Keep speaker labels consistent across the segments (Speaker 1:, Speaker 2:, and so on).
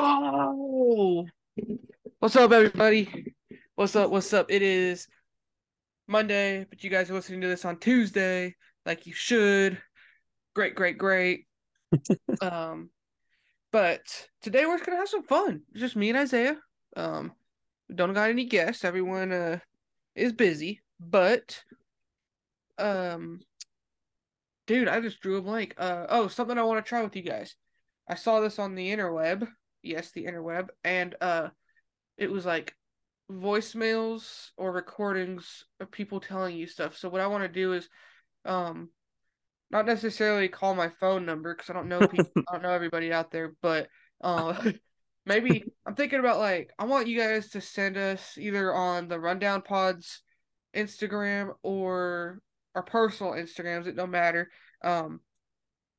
Speaker 1: No. What's up, everybody? What's up? What's up? It is Monday, but you guys are listening to this on Tuesday, like you should. Great, great, great. um, but today we're just gonna have some fun. It's just me and Isaiah. Um, we don't got any guests. Everyone uh is busy, but um, dude, I just drew a blank. Uh, oh, something I want to try with you guys. I saw this on the interweb. Yes, the interweb, and uh, it was like voicemails or recordings of people telling you stuff. So what I want to do is, um, not necessarily call my phone number because I don't know people, I don't know everybody out there, but uh, maybe I'm thinking about like I want you guys to send us either on the Rundown Pods Instagram or our personal Instagrams. It don't matter. Um,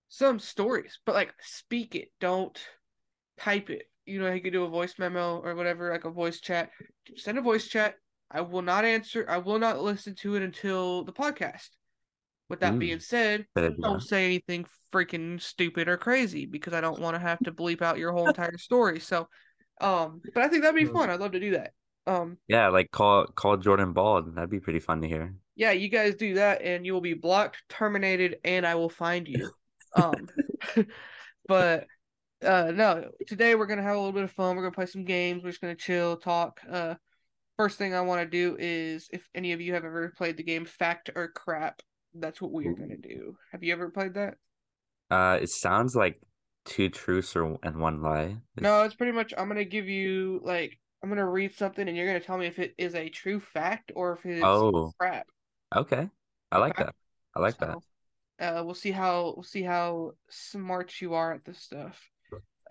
Speaker 1: some stories, but like speak it, don't type it. You know, you could do a voice memo or whatever, like a voice chat. Send a voice chat. I will not answer. I will not listen to it until the podcast. With that
Speaker 2: Mm.
Speaker 1: being said,
Speaker 2: Fair
Speaker 1: don't
Speaker 2: enough.
Speaker 1: say anything freaking stupid or crazy because I don't want to have to bleep out your whole entire story. So, um, but I think that'd be
Speaker 2: Mm.
Speaker 1: fun. I'd love to do that. Um,
Speaker 2: Yeah, like call call Jordan Bald. That'd be pretty fun to hear.
Speaker 1: yeah, you guys do that and you will be blocked, terminated, and I will find you. Um, but uh, no, today we're gonna have a little bit of fun. We're gonna play some games. We're just gonna chill, talk. Uh, first thing I want to do is if any of you have ever played the game Fact or Crap, that's what we are gonna do. Have you ever played that?
Speaker 2: Uh, it sounds like two truths or and one lie.
Speaker 1: No,
Speaker 2: It's-
Speaker 1: it's pretty much I'm gonna give you like I'm gonna read something and you're gonna tell me if it is a true fact or if it's
Speaker 2: Oh,
Speaker 1: crap.
Speaker 2: okay. I like
Speaker 1: Okay.
Speaker 2: that. I like that.
Speaker 1: So, uh, we'll see how we'll see how smart you are at this stuff.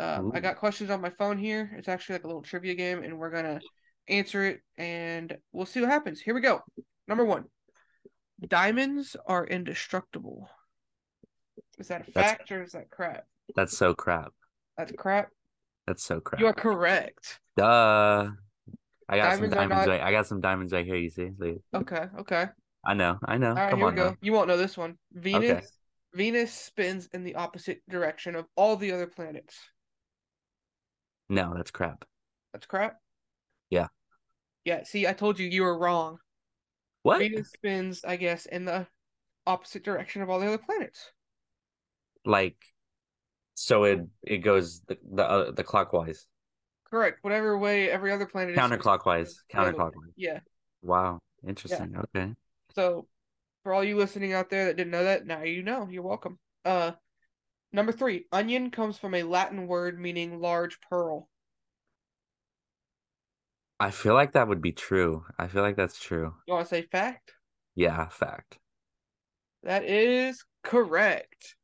Speaker 1: Um, I
Speaker 2: Ooh.
Speaker 1: got questions on my phone here. It's actually like a little trivia game, and we're gonna answer it, and we'll see what happens. Here we go. Number one: diamonds are indestructible. Is that a
Speaker 2: That's-
Speaker 1: fact or is that crap?
Speaker 2: That's so crap.
Speaker 1: That's crap.
Speaker 2: That's so
Speaker 1: You are
Speaker 2: crap.
Speaker 1: correct.
Speaker 2: Duh. I got some
Speaker 1: Diamonds are
Speaker 2: diamonds
Speaker 1: not-
Speaker 2: right. I got some diamonds right here. You see? Like,
Speaker 1: Okay. Okay.
Speaker 2: I know. I know.
Speaker 1: All right,
Speaker 2: Come
Speaker 1: here we
Speaker 2: on
Speaker 1: go.
Speaker 2: now.
Speaker 1: You won't know this one. Venus Venus spins in the opposite direction of all the other planets.
Speaker 2: No, that's crap.
Speaker 1: That's crap.
Speaker 2: Yeah.
Speaker 1: Yeah, see, I told you you were wrong.
Speaker 2: What?
Speaker 1: Venus spins, I guess, in the opposite direction of all the other planets.
Speaker 2: Like, so it it goes the the, uh, the clockwise,
Speaker 1: Correct. Whatever way every other planet is.
Speaker 2: counterclockwise,
Speaker 1: the other way.
Speaker 2: counterclockwise.
Speaker 1: Yeah.
Speaker 2: Wow, interesting. Okay.
Speaker 1: So for all you listening out there that didn't know that, now you know. You're welcome. Uh number three, onion comes from a Latin word meaning large pearl.
Speaker 2: I feel like that would be true. I feel like that's true.
Speaker 1: You wanna say fact?
Speaker 2: Yeah, fact.
Speaker 1: That is correct.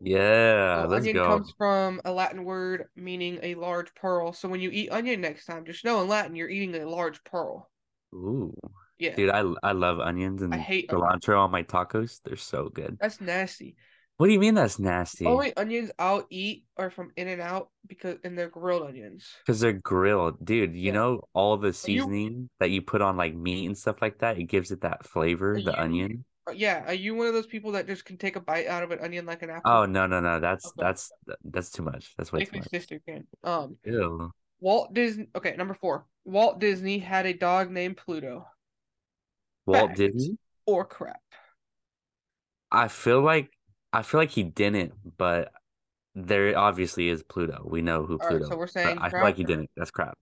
Speaker 2: Yeah,
Speaker 1: So
Speaker 2: Uh, let's
Speaker 1: onion
Speaker 2: go.
Speaker 1: comes from a Latin word meaning a large pearl. So when you eat onion next time, just know in Latin you're eating a large pearl.
Speaker 2: Ooh,
Speaker 1: Yeah,
Speaker 2: dude, I I love onions and
Speaker 1: hate onions.
Speaker 2: cilantro on my tacos. They're so good.
Speaker 1: that's nasty.
Speaker 2: What do you mean that's nasty?
Speaker 1: Only onions I'll eat are from In and Out because and they're grilled onions.
Speaker 2: Because they're grilled, dude. You
Speaker 1: Yeah.
Speaker 2: know all the seasoning that you put on like meat and stuff like that. It gives it that flavor,
Speaker 1: Are
Speaker 2: the
Speaker 1: you-
Speaker 2: onion.
Speaker 1: Uh, Yeah, are you one of those people that just can take a bite out of an onion like an apple?
Speaker 2: Oh no, no, no. That's
Speaker 1: Okay.
Speaker 2: that's that's too much. That's
Speaker 1: I
Speaker 2: way
Speaker 1: think
Speaker 2: too
Speaker 1: my
Speaker 2: much.
Speaker 1: sister can. Um,
Speaker 2: Ew.
Speaker 1: Walt Disney. Okay, number four. Walt Disney had a dog named Pluto.
Speaker 2: Walt
Speaker 1: Fact.
Speaker 2: Disney.
Speaker 1: Or crap.
Speaker 2: I feel like I feel like he didn't, but there obviously is Pluto. We know who
Speaker 1: All right,
Speaker 2: Pluto.
Speaker 1: so we're
Speaker 2: is,
Speaker 1: saying
Speaker 2: but I feel
Speaker 1: crap
Speaker 2: like he
Speaker 1: or-
Speaker 2: didn't. That's crap.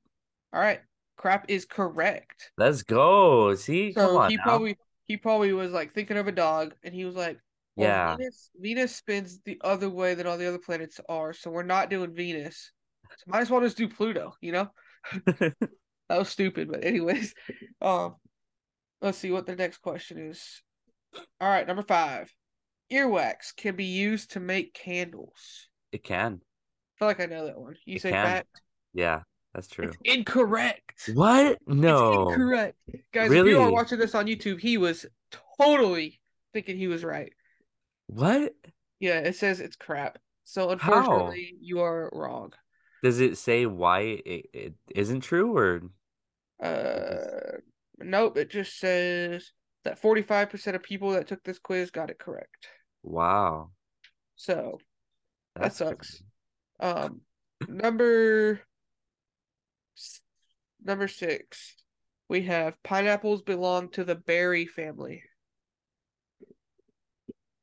Speaker 1: All right, crap is correct.
Speaker 2: Let's go. See, come
Speaker 1: So
Speaker 2: on
Speaker 1: he
Speaker 2: now.
Speaker 1: probably he probably was like thinking of a dog, and he was like, well,
Speaker 2: Yeah.
Speaker 1: Venus Venus spins the other way than all the other planets are, so we're not doing Venus. So might as well just do Pluto, you know? That was stupid, but anyways, um, let's see what the next question is. All right, number five, earwax can be used to make candles.
Speaker 2: It can.
Speaker 1: I feel like I know that one. You
Speaker 2: It
Speaker 1: say
Speaker 2: can.
Speaker 1: fact?
Speaker 2: Yeah, that's true.
Speaker 1: It's incorrect.
Speaker 2: What? No.
Speaker 1: It's incorrect. Guys, if you are
Speaker 2: Really?
Speaker 1: watching this on YouTube, he was totally thinking he was right.
Speaker 2: What?
Speaker 1: Yeah, it says it's crap. So
Speaker 2: How?
Speaker 1: unfortunately, you are wrong.
Speaker 2: Does it say why it, it isn't true or
Speaker 1: Uh, nope, it just says that 45% of people that took this quiz got it correct.
Speaker 2: wow?
Speaker 1: So, That
Speaker 2: That's
Speaker 1: sucks.
Speaker 2: crazy.
Speaker 1: um, number Number six, we have pineapples belong to the berry family.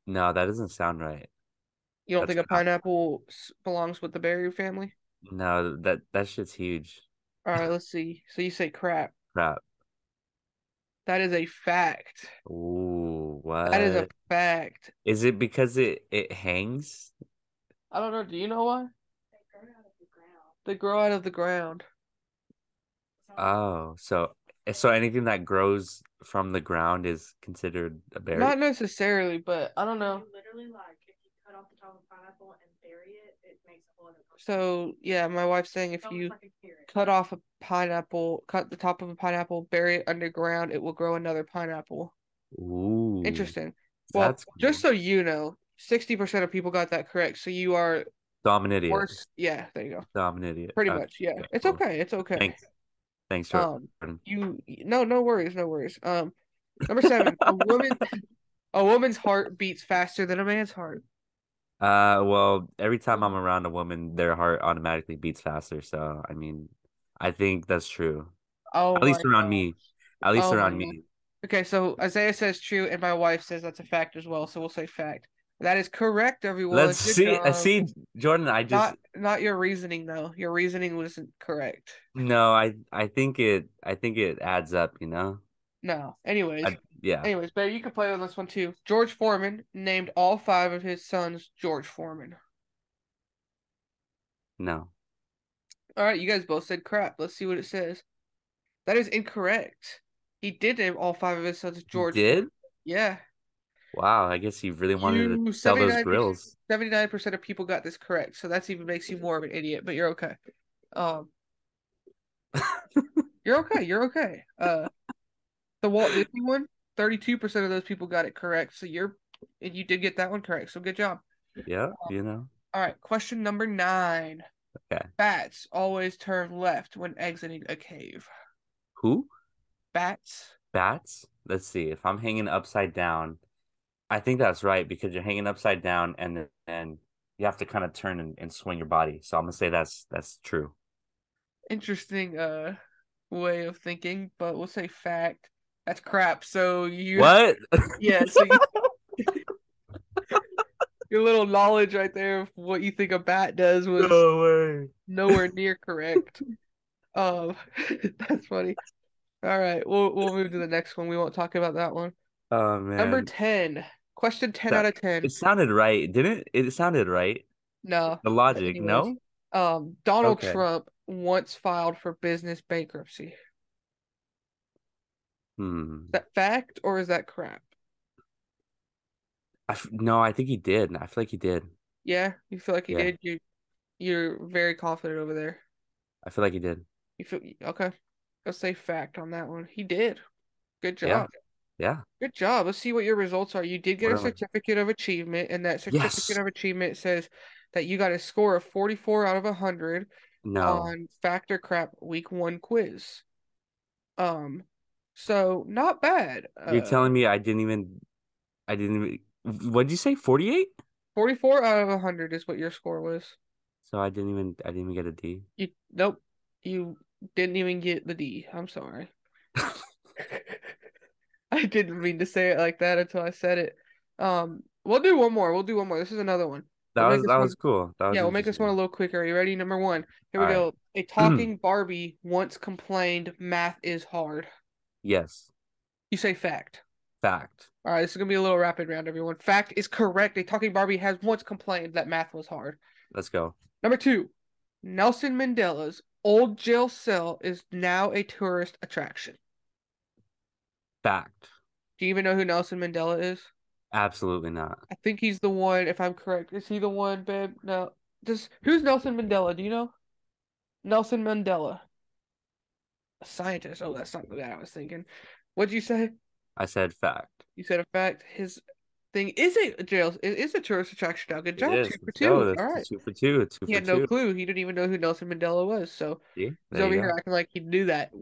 Speaker 2: No, that doesn't sound right.
Speaker 1: You don't
Speaker 2: That's
Speaker 1: think a
Speaker 2: not-
Speaker 1: pineapple s- belongs with the berry family?
Speaker 2: No, that that shit's huge.
Speaker 1: All right, let's see. So you say crap.
Speaker 2: Crap.
Speaker 1: That is a fact.
Speaker 2: Ooh, what?
Speaker 1: That is a fact.
Speaker 2: Is it because it it hangs?
Speaker 1: I don't know. Do you know why? They grow out of the ground.
Speaker 2: Oh, so so anything that grows from the ground is considered a berry.
Speaker 1: Not necessarily, but I don't know.
Speaker 3: Literally, like if you cut off the top of a pineapple and bury it, it makes a whole other.
Speaker 1: So yeah, my wife's saying if you cut off a pineapple, cut the top of a pineapple, bury it underground, it will grow another pineapple.
Speaker 2: Ooh,
Speaker 1: Interesting. Well,
Speaker 2: Hmm. that's
Speaker 1: just
Speaker 2: cool.
Speaker 1: so you know, sixty percent of people got that correct. So you are
Speaker 2: so I'm an idiot.
Speaker 1: worse. Yeah, there you go.
Speaker 2: So I'm an idiot.
Speaker 1: Pretty
Speaker 2: Okay,
Speaker 1: much. Yeah,
Speaker 2: okay,
Speaker 1: it's
Speaker 2: cool.
Speaker 1: okay. It's okay.
Speaker 2: Thanks. Thanks, Jordan.
Speaker 1: Um, you no, no worries, no worries. Um, number seven, a woman, a woman's heart beats faster than a man's heart. Oh.
Speaker 2: Uh, well, every time I'm around a woman, their heart automatically beats faster. So I mean, I think that's true.
Speaker 1: Oh,
Speaker 2: At least
Speaker 1: my
Speaker 2: around
Speaker 1: God.
Speaker 2: me. At least
Speaker 1: Oh
Speaker 2: around
Speaker 1: my
Speaker 2: me.
Speaker 1: Okay, so Isaiah says true, and my wife says that's a fact as well. So we'll say fact. That is correct, everyone.
Speaker 2: Let's
Speaker 1: Good
Speaker 2: see. I
Speaker 1: job.
Speaker 2: see, Jordan. I just
Speaker 1: Not not your reasoning though. Your reasoning wasn't correct.
Speaker 2: no. I I think it. I think it adds up. You know.
Speaker 1: No. Anyways,
Speaker 2: I- yeah.
Speaker 1: anyways, babe, you can play on this one too. George Foreman named all five of his sons George Foreman.
Speaker 2: No.
Speaker 1: All right, you guys both said crap. Let's see what it says. That is incorrect. He did name all five of his sons
Speaker 2: You
Speaker 1: George.
Speaker 2: did?
Speaker 1: Yeah,
Speaker 2: Wow. I guess he really wanted
Speaker 1: You
Speaker 2: to sell those
Speaker 1: 79
Speaker 2: grills.
Speaker 1: seventy nine percent of people got this correct, so that's even makes you more of an idiot. But you're okay. Um, you're okay. You're okay. Uh, the Walt Disney one, thirty two percent of those people got it correct. So you're, and you did get that one correct. So good job.
Speaker 2: Yeah.
Speaker 1: Oh.
Speaker 2: You know.
Speaker 1: All right, question number nine.
Speaker 2: Okay.
Speaker 1: Bats always turn left when exiting a cave.
Speaker 2: Who?
Speaker 1: Bats.
Speaker 2: Bats? Let's see. If I'm hanging upside down, I think that's right because you're hanging upside down and then and you have to kind of turn and, and swing your body. So I'm gonna say that's that's true.
Speaker 1: Interesting uh way of thinking, but we'll say fact. That's crap. So you
Speaker 2: What?
Speaker 1: Yeah, so you, your little knowledge right there of what you think a bat does was
Speaker 2: no way.
Speaker 1: nowhere near correct. Um, that's funny. All right, we'll we'll move to the next one. We won't talk about that one.
Speaker 2: Oh man.
Speaker 1: Number ten, question ten
Speaker 2: That-
Speaker 1: out of ten.
Speaker 2: it sounded right, didn't it? It sounded right.
Speaker 1: No,
Speaker 2: The logic,
Speaker 1: anyways.
Speaker 2: no?
Speaker 1: um, Donald
Speaker 2: Okay.
Speaker 1: Trump once filed for business bankruptcy.
Speaker 2: Hmm.
Speaker 1: Is that fact or is that crap?
Speaker 2: I f- no, I think he did. I feel like he did.
Speaker 1: Yeah, you feel like he
Speaker 2: Yeah.
Speaker 1: did. You you're very confident over there.
Speaker 2: I feel like he did.
Speaker 1: You feel okay? Let's say fact on that one. He did. Good job.
Speaker 2: Yeah. Yeah.
Speaker 1: Good job. Let's see what your results are. You did get
Speaker 2: Whatever.
Speaker 1: a certificate of achievement, and that certificate
Speaker 2: Yes.
Speaker 1: of achievement says that you got a score of 44 out of 100
Speaker 2: No.
Speaker 1: on Factor Crap Week 1 quiz. Um, so not bad.
Speaker 2: You're
Speaker 1: Uh,
Speaker 2: telling me I didn't even I didn't even what'd you say? Forty eight?
Speaker 1: 44 out of 100 is what your score was.
Speaker 2: So I didn't even I didn't even get a D.
Speaker 1: You nope, you didn't even get the D. I'm sorry. I didn't mean to say it like that until I said it. Um, we'll do one more. We'll do one more. This is another one.
Speaker 2: That
Speaker 1: We'll make
Speaker 2: was
Speaker 1: this
Speaker 2: that
Speaker 1: one-
Speaker 2: was cool. That was
Speaker 1: yeah, we'll make this one a
Speaker 2: interesting.
Speaker 1: little quicker. Are you ready? Number one. Here we
Speaker 2: All
Speaker 1: go. A talking Barbie once complained math is hard.
Speaker 2: Yes.
Speaker 1: You say fact.
Speaker 2: Fact.
Speaker 1: All right, this is gonna be a little rapid round, everyone. Fact is correct. A talking Barbie has once complained that math was hard.
Speaker 2: Let's go.
Speaker 1: Number two, Nelson Mandela's old jail cell is now a tourist attraction.
Speaker 2: Fact.
Speaker 1: Do you even know who Nelson Mandela is?
Speaker 2: Absolutely not.
Speaker 1: I think he's the one, if I'm correct. Is he the one, babe? No. Does who's Nelson Mandela? Do you know? Nelson Mandela. A scientist. Oh, that's not the guy I was thinking. What'd you say?
Speaker 2: I said fact.
Speaker 1: You said a fact. His thing is a jail. It is a tourist attraction now. Good
Speaker 2: It
Speaker 1: job.
Speaker 2: is.
Speaker 1: Two for
Speaker 2: Let's
Speaker 1: two.
Speaker 2: go.
Speaker 1: All
Speaker 2: That's
Speaker 1: right.
Speaker 2: Two for two. Two
Speaker 1: He
Speaker 2: for
Speaker 1: had no
Speaker 2: two.
Speaker 1: clue. He didn't even know who Nelson Mandela was. So
Speaker 2: See?
Speaker 1: he's
Speaker 2: There
Speaker 1: over
Speaker 2: you
Speaker 1: here
Speaker 2: go.
Speaker 1: acting like he knew that.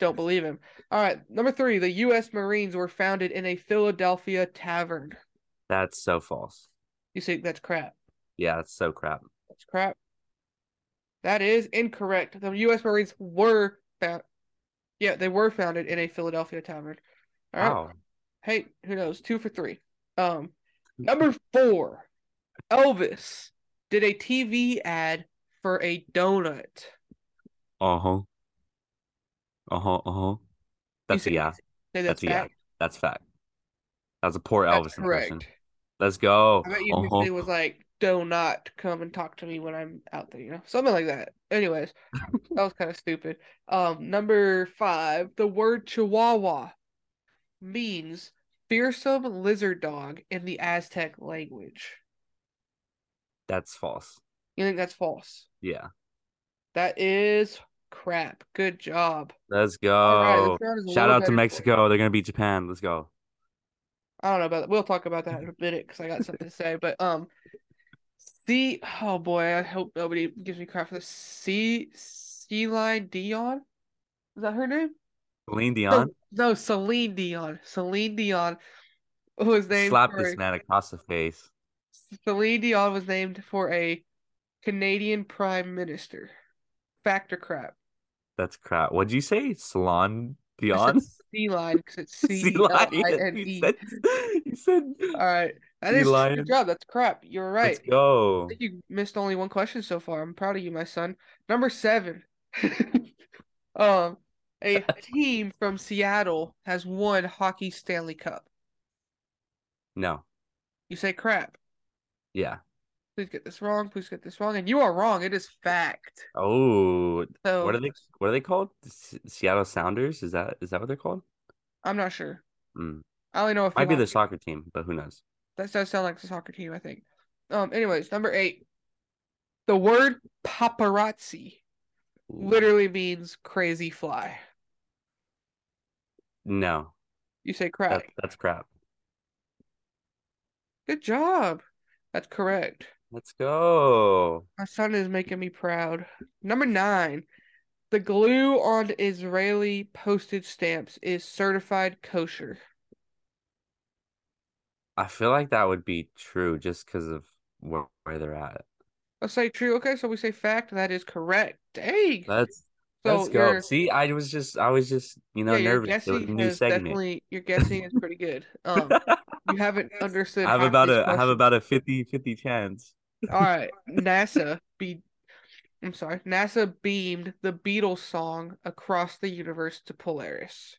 Speaker 1: Don't believe him. All right. Number three. The U.S. Marines were founded in a Philadelphia tavern.
Speaker 2: That's so false.
Speaker 1: You think that's crap?
Speaker 2: Yeah, that's so crap.
Speaker 1: That's crap. That is incorrect. The U.S. Marines were found. Yeah, they were founded in a Philadelphia tavern. All right.
Speaker 2: Wow.
Speaker 1: Hey, who knows? Two for three. Um, number four, Elvis did a TV ad for a donut.
Speaker 2: Uh huh. Uh huh. Uh huh. That's a
Speaker 1: said-
Speaker 2: yeah.
Speaker 1: Say
Speaker 2: That's
Speaker 1: that's,
Speaker 2: a yeah.
Speaker 1: fact.
Speaker 2: That's fact. That's a poor
Speaker 1: That's
Speaker 2: Elvis impression.
Speaker 1: correct.
Speaker 2: Let's go.
Speaker 1: I bet you
Speaker 2: Uh-huh.
Speaker 1: it was like, "Do not come and talk to me when I'm out there," you know, something like that. Anyways, that was kind of stupid. Um, number five, the word Chihuahua means fearsome lizard dog in the Aztec language.
Speaker 2: That's false.
Speaker 1: You think that's false?
Speaker 2: Yeah.
Speaker 1: That is crap. Good job.
Speaker 2: Let's
Speaker 1: All right, this
Speaker 2: go.
Speaker 1: round is a
Speaker 2: Oh, Shout
Speaker 1: little
Speaker 2: out to
Speaker 1: better for you.
Speaker 2: Mexico. They're gonna beat Japan. Let's go.
Speaker 1: I don't know about that. We'll talk about that in a
Speaker 2: Mm-hmm.
Speaker 1: minute because I got something to say. But um, C. Oh boy, I hope nobody gives me crap for this. C. C. Line Dion, is that her name?
Speaker 2: Celine
Speaker 1: No,
Speaker 2: Dion.
Speaker 1: no, Celine Dion. Celine Dion was named
Speaker 2: Slap
Speaker 1: for
Speaker 2: this man across the face.
Speaker 1: a, Celine Dion was named for a Canadian prime minister. Factor crap.
Speaker 2: That's crap. What'd you say? Salon
Speaker 1: I
Speaker 2: Dion?
Speaker 1: said C. Line because it's C.
Speaker 2: Sea
Speaker 1: L.
Speaker 2: lion.
Speaker 1: I. N.
Speaker 2: You
Speaker 1: E.
Speaker 2: said, you said
Speaker 1: All right, that
Speaker 2: Sea
Speaker 1: is
Speaker 2: lion.
Speaker 1: good job. That's crap. You're right.
Speaker 2: let's go.
Speaker 1: I think you missed only one question so far. I'm proud of you, my son. Number seven. um, a team from Seattle has won hockey Stanley Cup.
Speaker 2: No.
Speaker 1: You say crap.
Speaker 2: Yeah.
Speaker 1: Please get this wrong. Please get this wrong. And you are wrong. It is fact.
Speaker 2: Oh,
Speaker 1: So
Speaker 2: what are they? What are they called? S- Seattle Sounders? Is that is that what they're called?
Speaker 1: I'm not sure.
Speaker 2: Mm.
Speaker 1: I only know if
Speaker 2: Might be the soccer team, but who knows?
Speaker 1: That does sound like the soccer team, I think. Um, anyways, number eight. The word paparazzi
Speaker 2: Ooh.
Speaker 1: literally means crazy fly.
Speaker 2: No.
Speaker 1: You say crap.
Speaker 2: That, that's crap.
Speaker 1: Good job. That's correct.
Speaker 2: Let's go.
Speaker 1: My son is making me proud. Number nine, the glue on Israeli postage stamps is certified kosher.
Speaker 2: I feel like that would be true just because of where, where they're at.
Speaker 1: Let's say true. Okay, so we say fact. That is correct. Dang.
Speaker 2: Let's
Speaker 1: so
Speaker 2: let's go.
Speaker 1: you're-
Speaker 2: See, I was just I was just you know
Speaker 1: yeah, your
Speaker 2: nervous. It was a
Speaker 1: guessing
Speaker 2: new
Speaker 1: has
Speaker 2: segment.
Speaker 1: definitely your guessing is pretty good. Um, you haven't understood.
Speaker 2: I have
Speaker 1: half
Speaker 2: about
Speaker 1: these
Speaker 2: a I have
Speaker 1: questions.
Speaker 2: about a 50 50 chance.
Speaker 1: All right, NASA be. I'm sorry. NASA beamed the Beatles song across the universe to Polaris.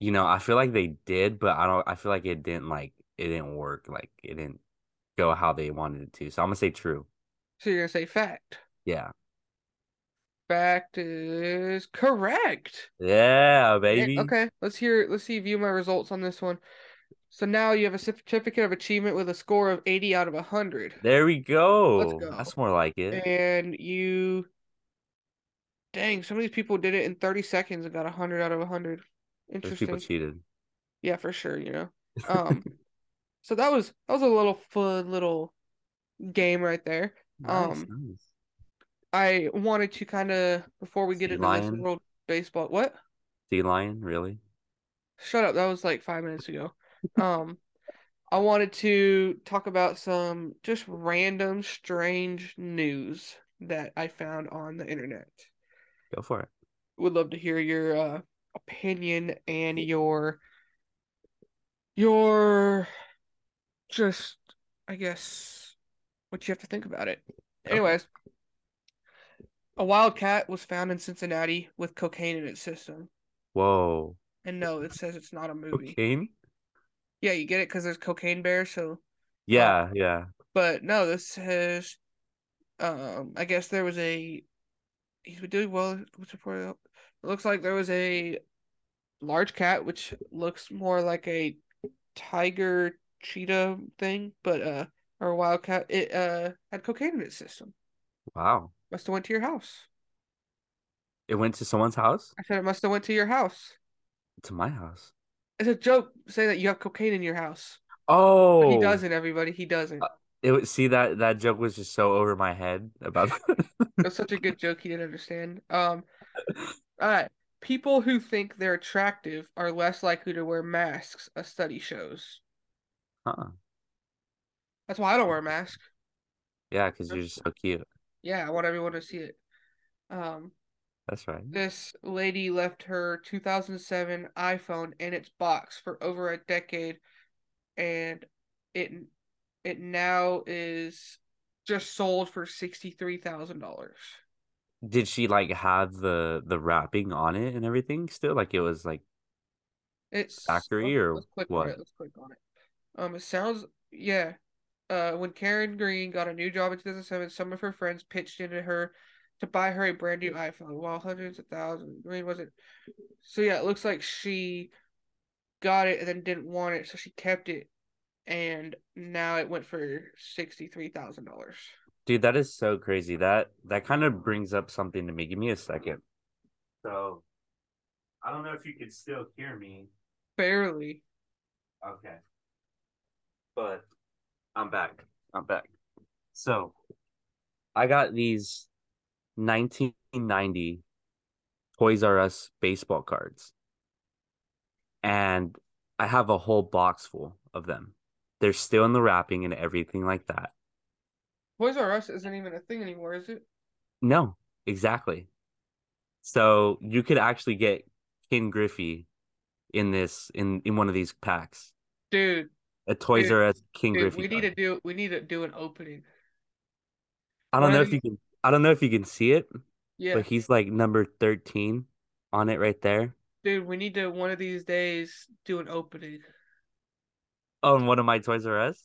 Speaker 2: You know, I feel like they did, but I don't I feel like it didn't like it didn't work. Like it didn't go how they wanted it to. So I'm gonna say true.
Speaker 1: So you're gonna say fact.
Speaker 2: Yeah.
Speaker 1: Fact is correct.
Speaker 2: Yeah,
Speaker 1: Yeah,
Speaker 2: baby.
Speaker 1: Okay, let's hear. Let's see. View my results on this one. So now you have a certificate of achievement with a score of eighty out of hundred,
Speaker 2: There we go.
Speaker 1: go.
Speaker 2: That's more like it.
Speaker 1: and you. Dang, some of these people did it in thirty seconds and got hundred out of hundred.
Speaker 2: Those
Speaker 1: Interesting.
Speaker 2: people cheated.
Speaker 1: Yeah, for sure. You know. Um. so that was that was a little fun little game right there.
Speaker 2: Nice,
Speaker 1: Um,
Speaker 2: nice.
Speaker 1: I wanted to kind of before we get
Speaker 2: Sea
Speaker 1: into this
Speaker 2: lion.
Speaker 1: world baseball. What?
Speaker 2: Sea lion, really?
Speaker 1: Shut up. That was like five minutes ago. Um, I wanted to talk about some just random, strange news that I found on the internet.
Speaker 2: Go for it.
Speaker 1: Would love to hear your uh, opinion and your your just, I guess, what you have to think about it.
Speaker 2: for it.
Speaker 1: Anyways, a wild cat was found in Cincinnati with cocaine in its system.
Speaker 2: Whoa.
Speaker 1: And no, it says it's not a movie. Uh,
Speaker 2: Cocaine?
Speaker 1: Yeah, you get it because there's cocaine bears, so.
Speaker 2: Yeah, yeah.
Speaker 1: But no, this says, um, I guess there was a. He's been doing well. What's reported? It looks like there was a large cat, which looks more like a tiger cheetah thing, but uh, or a wild cat. It uh had cocaine in its system.
Speaker 2: Wow.
Speaker 1: Must have went to your house.
Speaker 2: It went to someone's house?
Speaker 1: I said it must have went to your house.
Speaker 2: To my house.
Speaker 1: It's a joke saying that you have cocaine in your house. But
Speaker 2: Oh,
Speaker 1: he doesn't. Everybody, he doesn't.
Speaker 2: It was, see that that joke was just so over my head about
Speaker 1: It was such a good joke he didn't understand. Um, all right. People who think they're attractive are less likely to wear masks, a study shows.
Speaker 2: huh.
Speaker 1: That's why I don't wear a mask.
Speaker 2: Yeah, because you're just so cute.
Speaker 1: Yeah, I want everyone to see it. Um,
Speaker 2: That's right.
Speaker 1: This lady left her 2007 iPhone in its box for over a decade, and it it now is just sold for sixty three thousand dollars.
Speaker 2: Did she like have the the wrapping on it and everything still? Like it was like
Speaker 1: It's
Speaker 2: Factory
Speaker 1: let's-
Speaker 2: or
Speaker 1: let's click
Speaker 2: what?
Speaker 1: On it. Let's click on it. Um, it sounds yeah. Uh, when Karen Green got a new job in 2007, some of her friends pitched into her to buy her a brand new iPhone. While hundreds of thousands, Green wasn't. So yeah, it looks like she got it and then didn't want it, so she kept it, and now it went for sixty three thousand dollars.
Speaker 2: Dude, that is so crazy. That that kind of brings up something to me. Give me a second. So, I don't know if you could still hear me.
Speaker 1: Barely.
Speaker 2: Okay. But I'm back. I'm back. So, I got these 1990 Toys R Us baseball cards. And I have a whole box full of them. They're still in the wrapping and everything like that.
Speaker 1: Toys R Us isn't even a thing anymore, is it?
Speaker 2: No, exactly. So you could actually get Ken Griffey in this in in one of these packs.
Speaker 1: Dude,
Speaker 2: A Toys
Speaker 1: Dude,
Speaker 2: R Us King
Speaker 1: dude
Speaker 2: Griffey.
Speaker 1: we need
Speaker 2: card.
Speaker 1: to do we need to do an opening.
Speaker 2: I don't
Speaker 1: one
Speaker 2: know
Speaker 1: of
Speaker 2: if you can I don't know if you can see it,
Speaker 1: Yeah.
Speaker 2: but he's like number 13 on it right there.
Speaker 1: Dude, we need to one of these days do an opening.
Speaker 2: Oh, and one of my Toys R Us.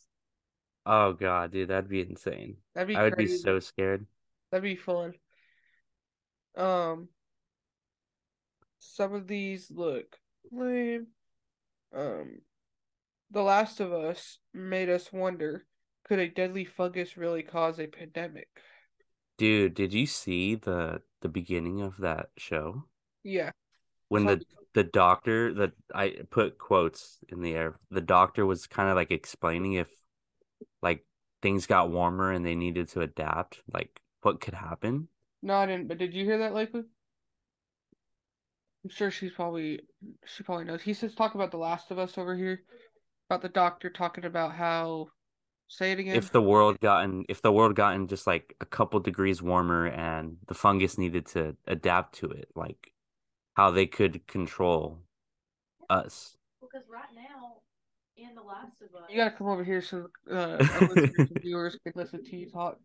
Speaker 2: Oh god, dude, that'd be insane.
Speaker 1: That'd be
Speaker 2: I would be
Speaker 1: crazy.
Speaker 2: so scared.
Speaker 1: That'd be fun. Um, some of these look lame. Um, The Last of Us made us wonder: Could a deadly fungus really cause a pandemic?
Speaker 2: Dude, did you see the the beginning of that show
Speaker 1: Yeah,
Speaker 2: when
Speaker 1: Tell
Speaker 2: the the doctor that I put quotes in the air. The doctor was kind of like explaining if like things got warmer and they needed to adapt, like what could happen.
Speaker 1: no, I didn't. But did you hear that, Lakewood? I'm sure she's probably she probably knows. He says talk about The Last of Us over here, about the doctor talking about how. Say it again.
Speaker 2: If the world gotten if the world gotten just like a couple degrees warmer and the fungus needed to adapt to it, like how they could control us.
Speaker 3: Because right now, in The Last of Us,
Speaker 1: You gotta come over here so uh, our listeners and viewers can listen to you talk,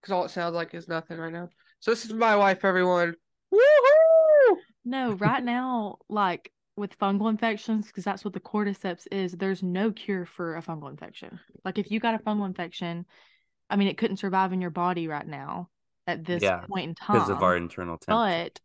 Speaker 1: because all it sounds like is nothing right now. So this is my wife, everyone. Woohoo!
Speaker 4: No, right now, like with fungal infections, because that's what the cordyceps is, there's no cure for a fungal infection. Like if you got a fungal infection, I mean, it couldn't survive in your body right now at this
Speaker 2: Yeah,
Speaker 4: point in time.
Speaker 2: Because of our internal temperature.
Speaker 4: but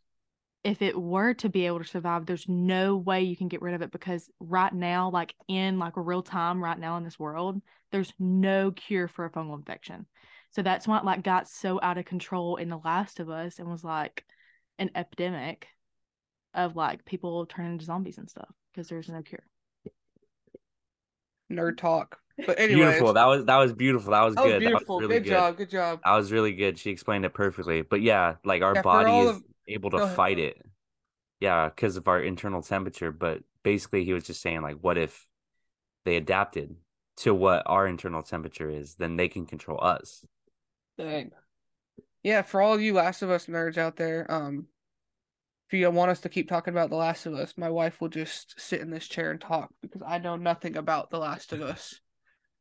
Speaker 4: if it were to be able to survive, there's no way you can get rid of it because right now, like in like real time, right now in this world, there's no cure for a fungal infection. So that's why it like got so out of control in The Last of Us and was like an epidemic of like people turning into zombies and stuff because there's no cure.
Speaker 1: Nerd talk. But anyway,
Speaker 2: Beautiful. That was that was beautiful. That was
Speaker 1: that was
Speaker 2: good. That was
Speaker 1: beautiful.
Speaker 2: really
Speaker 1: good, job. Good job.
Speaker 2: I was really good. She explained it perfectly. But yeah, like our
Speaker 1: Yeah, for
Speaker 2: body
Speaker 1: all
Speaker 2: is
Speaker 1: of-
Speaker 2: able to
Speaker 1: Go ahead.
Speaker 2: fight it. Yeah, because of our internal temperature. But basically, he was just saying, like, what if they adapted to what our internal temperature is? Then they can control us.
Speaker 1: Dang. Yeah, for all you Last of Us nerds out there, um, if you want us to keep talking about The Last of Us, my wife will just sit in this chair and talk because I know nothing about The Last of Us.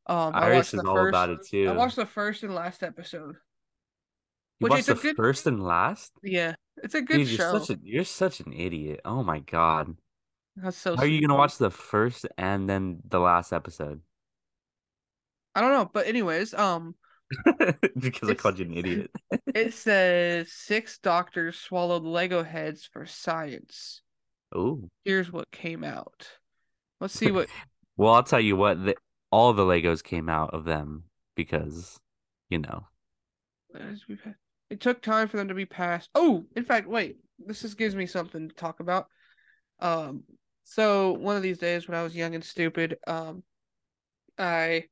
Speaker 1: Um, I watched
Speaker 2: Iris
Speaker 1: the
Speaker 2: is all
Speaker 1: first,
Speaker 2: about it
Speaker 1: I
Speaker 2: too.
Speaker 1: watched the first and last episode.
Speaker 2: you
Speaker 1: which
Speaker 2: watched
Speaker 1: it's a
Speaker 2: the
Speaker 1: good-
Speaker 2: first and last.
Speaker 1: Yeah, it's a good
Speaker 2: Dude, you're
Speaker 1: show.
Speaker 2: such a you're such an idiot. Oh my god,
Speaker 1: That's so.
Speaker 2: how are you gonna
Speaker 1: stupid.
Speaker 2: watch the first and then the last episode?
Speaker 1: I don't know, but anyways, um,
Speaker 2: because I
Speaker 1: It's-
Speaker 2: called you an idiot.
Speaker 1: it says six doctors swallowed Lego heads for science.
Speaker 2: Oh.
Speaker 1: Here's what came out. Let's see what.
Speaker 2: Well, I'll tell you what, the, all the Legos came out of them because, you know,
Speaker 1: it took time for them to be passed. Oh, in fact, wait. This just gives me something to talk about. Um, so one of these days when I was young and stupid, um, I,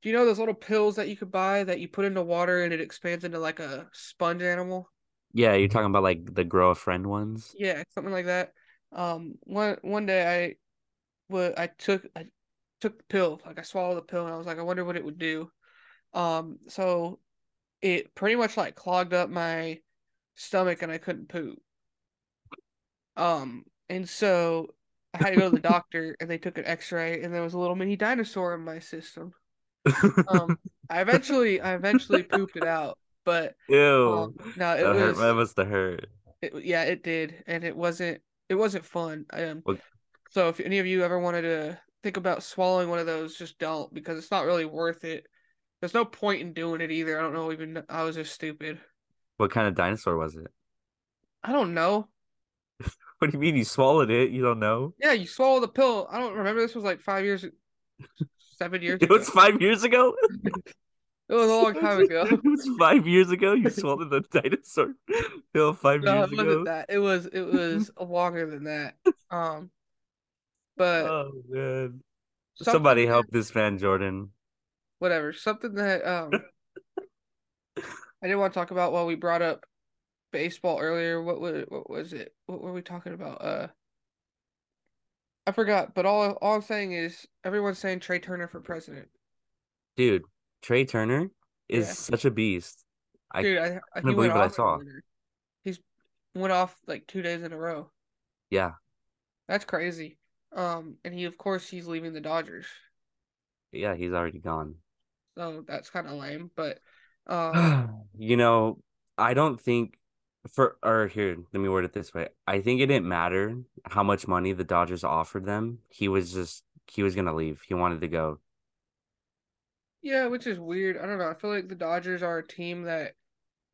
Speaker 1: do you know those little pills that you could buy that you put into water and it expands into like a sponge animal?
Speaker 2: yeah, you're talking about like the grow a friend ones.
Speaker 1: Yeah, something like that. Um, one one day I would I took I took the pill, like I swallowed the pill, and I was like, I wonder what it would do. Um, so it pretty much like clogged up my stomach, and I couldn't poop. Um, and so I had to go to the doctor and they took an x-ray and there was a little mini dinosaur in my system. Um, I eventually I eventually pooped it out, but
Speaker 2: Ew.
Speaker 1: um, no, it
Speaker 2: Oh, that, hurt.
Speaker 1: was
Speaker 2: that must have hurt.
Speaker 1: it, yeah, it did, and it wasn't it wasn't fun. Um,
Speaker 2: Well-
Speaker 1: so if any of you ever wanted to think about swallowing one of those, just don't because it's not really worth it. There's no point in doing it either. I don't know. Even I was just stupid.
Speaker 2: What kind of dinosaur was it?
Speaker 1: I don't know.
Speaker 2: What do you mean you swallowed it? You don't know?
Speaker 1: Yeah, you swallow the pill. I don't remember. This was like five years, seven years.
Speaker 2: It
Speaker 1: ago.
Speaker 2: was five years ago.
Speaker 1: It was a long time ago.
Speaker 2: it was five years ago. You swallowed the dinosaur. No, five
Speaker 1: No, it
Speaker 2: years
Speaker 1: wasn't
Speaker 2: ago.
Speaker 1: that. It was it was longer than that. Um, but
Speaker 2: Oh man!
Speaker 1: something
Speaker 2: Somebody
Speaker 1: that-
Speaker 2: help this man, Jordan.
Speaker 1: whatever. Something that um I did want to talk about while we brought up baseball earlier. What was what was it? What were we talking about? Uh I forgot, but all all I'm saying is everyone's saying Trey Turner for president.
Speaker 2: Dude, Trey Turner is
Speaker 1: Yeah.
Speaker 2: such a beast. I
Speaker 1: Dude, I, I he
Speaker 2: believe
Speaker 1: went
Speaker 2: what I
Speaker 1: off on
Speaker 2: saw.
Speaker 1: Twitter. He's went off like two days in a row.
Speaker 2: yeah,
Speaker 1: That's crazy. Um and he of course he's leaving the Dodgers.
Speaker 2: yeah, he's already gone.
Speaker 1: So that's kinda lame. But um
Speaker 2: you know, I don't think for or here, let me word it this way. I think it didn't matter how much money the Dodgers offered them. He was just he was gonna leave. He wanted to go.
Speaker 1: Yeah, which is weird. I don't know. I feel like the Dodgers are a team that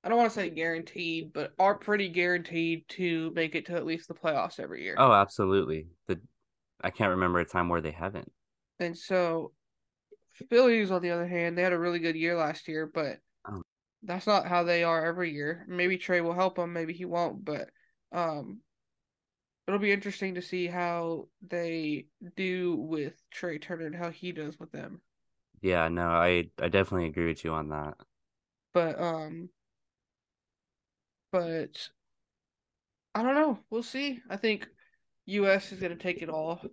Speaker 1: I don't want to say guaranteed, but are pretty guaranteed to make it to at least the playoffs every year.
Speaker 2: Oh, absolutely. The I can't remember a time where they haven't.
Speaker 1: And so Phillies, on the other hand, they had a really good year last year, but
Speaker 2: Um.
Speaker 1: that's not how they are every year. Maybe Trey will help them, maybe he won't, but um it'll be interesting to see how they do with Trey Turner and how he does with them.
Speaker 2: Yeah, no, I I definitely agree with you on that.
Speaker 1: but um but i don't know we'll see i think us is going to take it all what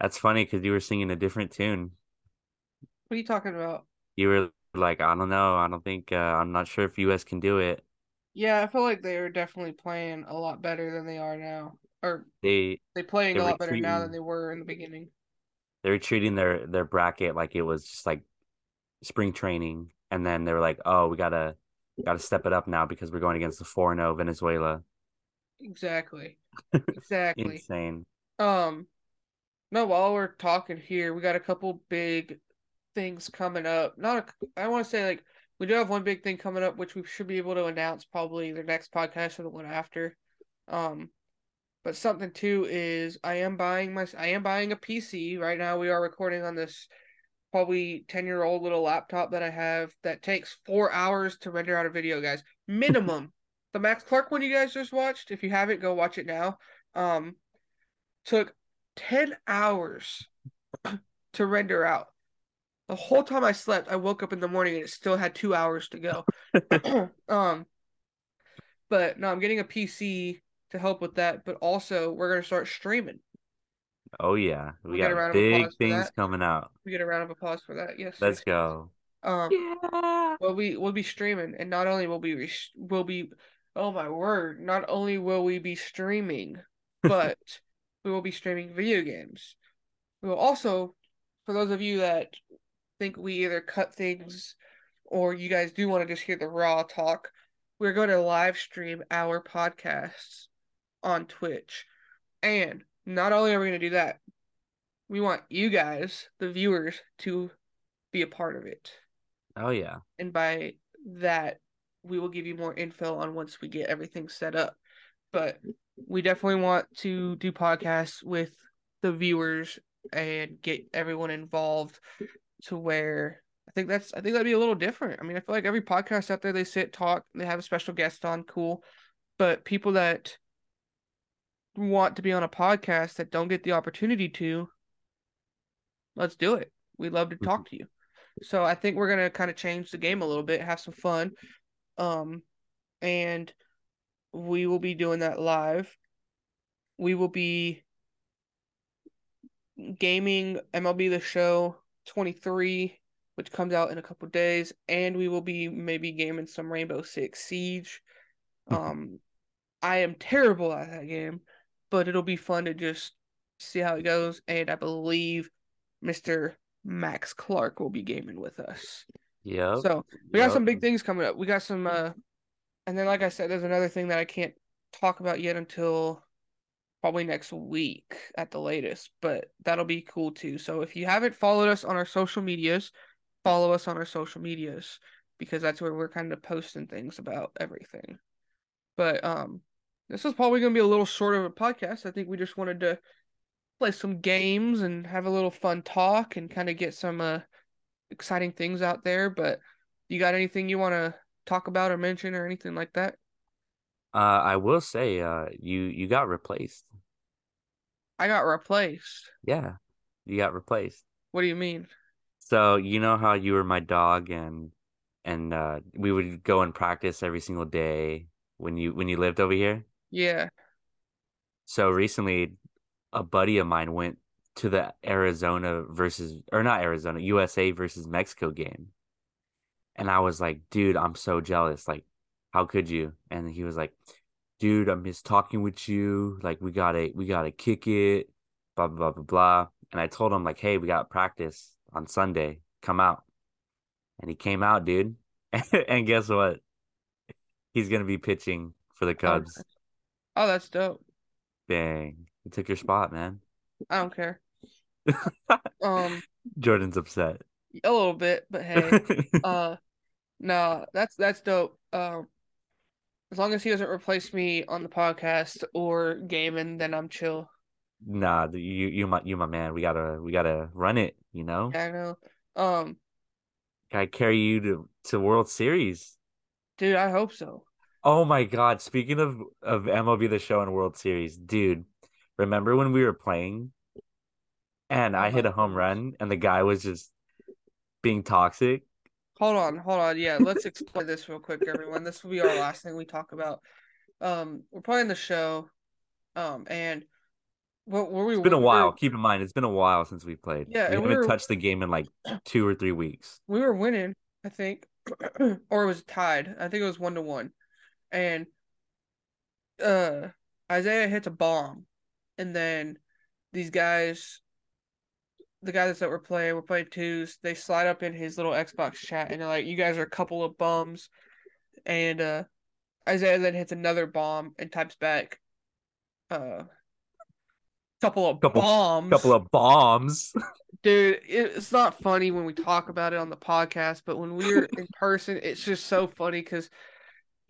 Speaker 2: That's funny because you were singing a different tune.
Speaker 1: are you talking about
Speaker 2: You were like, I don't know, I don't think uh, I'm not sure if US can do it.
Speaker 1: yeah i feel like they are definitely playing a lot better than they are now or
Speaker 2: They
Speaker 1: they playing
Speaker 2: They
Speaker 1: a
Speaker 2: were
Speaker 1: lot better now than
Speaker 2: treating-
Speaker 1: they were in the beginning
Speaker 2: they were treating their their bracket like it was just like spring training and then they were like oh we gotta gotta step it up now because we're going against the 4-0 venezuela
Speaker 1: exactly exactly
Speaker 2: insane
Speaker 1: um no while we're talking here we got a couple big things coming up not a, i want to say like we do have one big thing coming up which we should be able to announce probably the next podcast or the one after um but something too is i am buying my i am buying a pc right now we are recording on this probably 10 year old little laptop that i have that takes four hours to render out a video guys minimum the max clark one you guys just watched if you haven't go watch it now um took 10 hours to render out the whole time i slept i woke up in the morning and it still had two hours to go um but no i'm getting a pc to help with that but also we're going to start streaming
Speaker 2: oh yeah we,
Speaker 1: We get a round
Speaker 2: got
Speaker 1: of
Speaker 2: big
Speaker 1: applause for
Speaker 2: things
Speaker 1: that.
Speaker 2: coming out
Speaker 1: we get a round of applause for that yes
Speaker 2: let's
Speaker 1: yes.
Speaker 2: go
Speaker 1: um
Speaker 2: yeah
Speaker 1: Well, we will be streaming, and not only will we re- will be, oh my word, not only will we be streaming, but we will be streaming video games. We will also, for those of you that think we either cut things, or you guys do want to just hear the raw talk, we're going to live stream our podcasts on Twitch, and not only are we going to do that, we want you guys, the viewers, to be a part of it
Speaker 2: oh yeah
Speaker 1: and by that we will give you more info on once we get everything set up but we definitely want to do podcasts with the viewers and get everyone involved to where i think that's i think that'd be a little different i mean i feel like every podcast out there they sit talk they have a special guest on cool but people that want to be on a podcast that don't get the opportunity to let's do it we'd love to talk to you so I think we're gonna kind of change the game a little bit, have some fun, um, and we will be doing that live. We will be gaming MLB The Show 23, which comes out in a couple days, and we will be maybe gaming some Rainbow Six Siege. Um, I am terrible at that game, but it'll be fun to just see how it goes. And I believe Mr. Max Clark will be gaming with us.
Speaker 2: Yep.
Speaker 1: So we got
Speaker 2: yep.
Speaker 1: some big things coming up. We got some, uh, and then like I said, there's another thing that I can't talk about yet until probably next week at the latest. But that'll be cool too. So if you haven't followed us on our social medias, follow us on our social medias because that's where we're kind of posting things about everything. But um, this is probably going to be a little short of a podcast. I think we just wanted to play some games and have a little fun talk and kind of get some uh exciting things out there. But you got anything you want to talk about or mention or anything like that?
Speaker 2: Uh, I will say, uh, you you got replaced.
Speaker 1: I got replaced.
Speaker 2: Yeah, you got replaced.
Speaker 1: What do you mean?
Speaker 2: So you know how you were my dog, and and uh, we would go and practice every single day when you when you lived over here.
Speaker 1: Yeah.
Speaker 2: So recently, a buddy of mine went to the Arizona versus, or not Arizona, USA versus Mexico game. And I was like, dude, I'm so jealous. Like, how could you? And he was like, dude, I miss talking with you. Like, we gotta, we gotta kick it, blah, blah, blah, blah, blah. And I told him, like, hey, we got practice on Sunday. Come out. And he came out, dude. and guess what? He's gonna be pitching for the Cubs.
Speaker 1: Oh, that's dope.
Speaker 2: Dang, you took your spot, man.
Speaker 1: I don't care. um,
Speaker 2: Jordan's upset.
Speaker 1: a little bit, but hey. uh no that's that's dope um as long as he doesn't replace me on the podcast or gaming then i'm chill
Speaker 2: nah, the- you you my you my man. We gotta we gotta run it. You know,
Speaker 1: i know um
Speaker 2: I carry you to to World Series.
Speaker 1: dude i hope so
Speaker 2: Oh my God! Speaking of of MLB the Show and World Series, dude, remember when we were playing, and
Speaker 1: Oh
Speaker 2: I hit a home run, and the guy was just being toxic.
Speaker 1: hold on hold on yeah let's explain this real quick everyone this will be our last thing we talk about um we're playing the show um and what were we
Speaker 2: It's been a
Speaker 1: we were-
Speaker 2: while. Keep in mind, it's been a while since we played.
Speaker 1: Yeah,
Speaker 2: we
Speaker 1: and we
Speaker 2: haven't
Speaker 1: were-
Speaker 2: touched the game in like two or three weeks.
Speaker 1: we were winning, I think, or it was tied. I think it was one to one, and uh, Isaiah hits a bomb, and then these guys, the guys that were playing, were playing twos. They slide up in his little Xbox chat, and they're like, "You guys are a couple of bums," and uh, Isaiah then hits another bomb and types back, uh, couple of
Speaker 2: Couple-
Speaker 1: bombs,
Speaker 2: Couple of bombs.
Speaker 1: dude it- it's not funny when we talk about it on the podcast but when we're in person it's just so funny because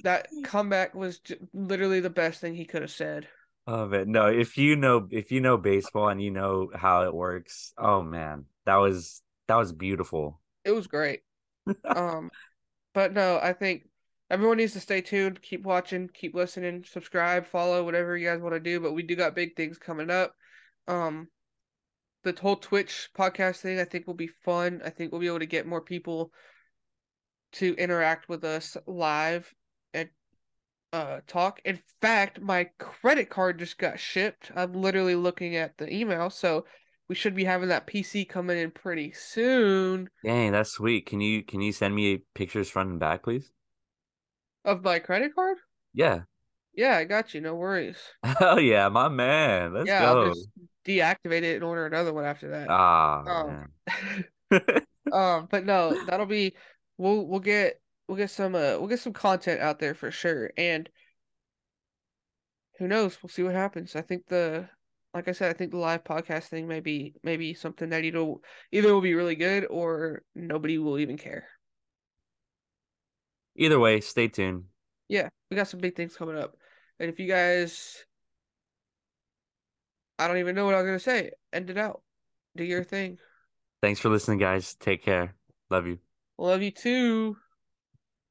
Speaker 1: that comeback was j- literally the best thing he could have said
Speaker 2: Oh man, no! If you know, if you know baseball and you know how it works, oh man, that was that was beautiful.
Speaker 1: it was great um but no i think everyone needs to stay tuned keep watching keep listening subscribe follow whatever you guys want to do but we do got big things coming up um the whole twitch podcast thing i think will be fun i think we'll be able to get more people to interact with us live and uh talk in fact my credit card just got shipped i'm literally looking at the email so we should be having that pc coming in pretty soon
Speaker 2: Dang, that's sweet. Can you can you send me pictures front and back, please?
Speaker 1: of my credit card
Speaker 2: Yeah.
Speaker 1: Yeah, I got you. No worries.
Speaker 2: Hell yeah, my man. Let's
Speaker 1: yeah,
Speaker 2: go.
Speaker 1: I'll just deactivate it and order another one after that.
Speaker 2: Ah,
Speaker 1: Oh.
Speaker 2: man.
Speaker 1: um, but no, that'll be we'll we'll get we'll get some uh we'll get some content out there for sure. And who knows? We'll see what happens. I think the like I said, I think the live podcast thing may be maybe something that either either will be really good or nobody will even care.
Speaker 2: Either way, stay tuned.
Speaker 1: yeah, we got some big things coming up. And if you guys, I don't even know what I was gonna say. End it out. Do your thing.
Speaker 2: Thanks for listening, guys. Take care. Love you.
Speaker 1: Love you too.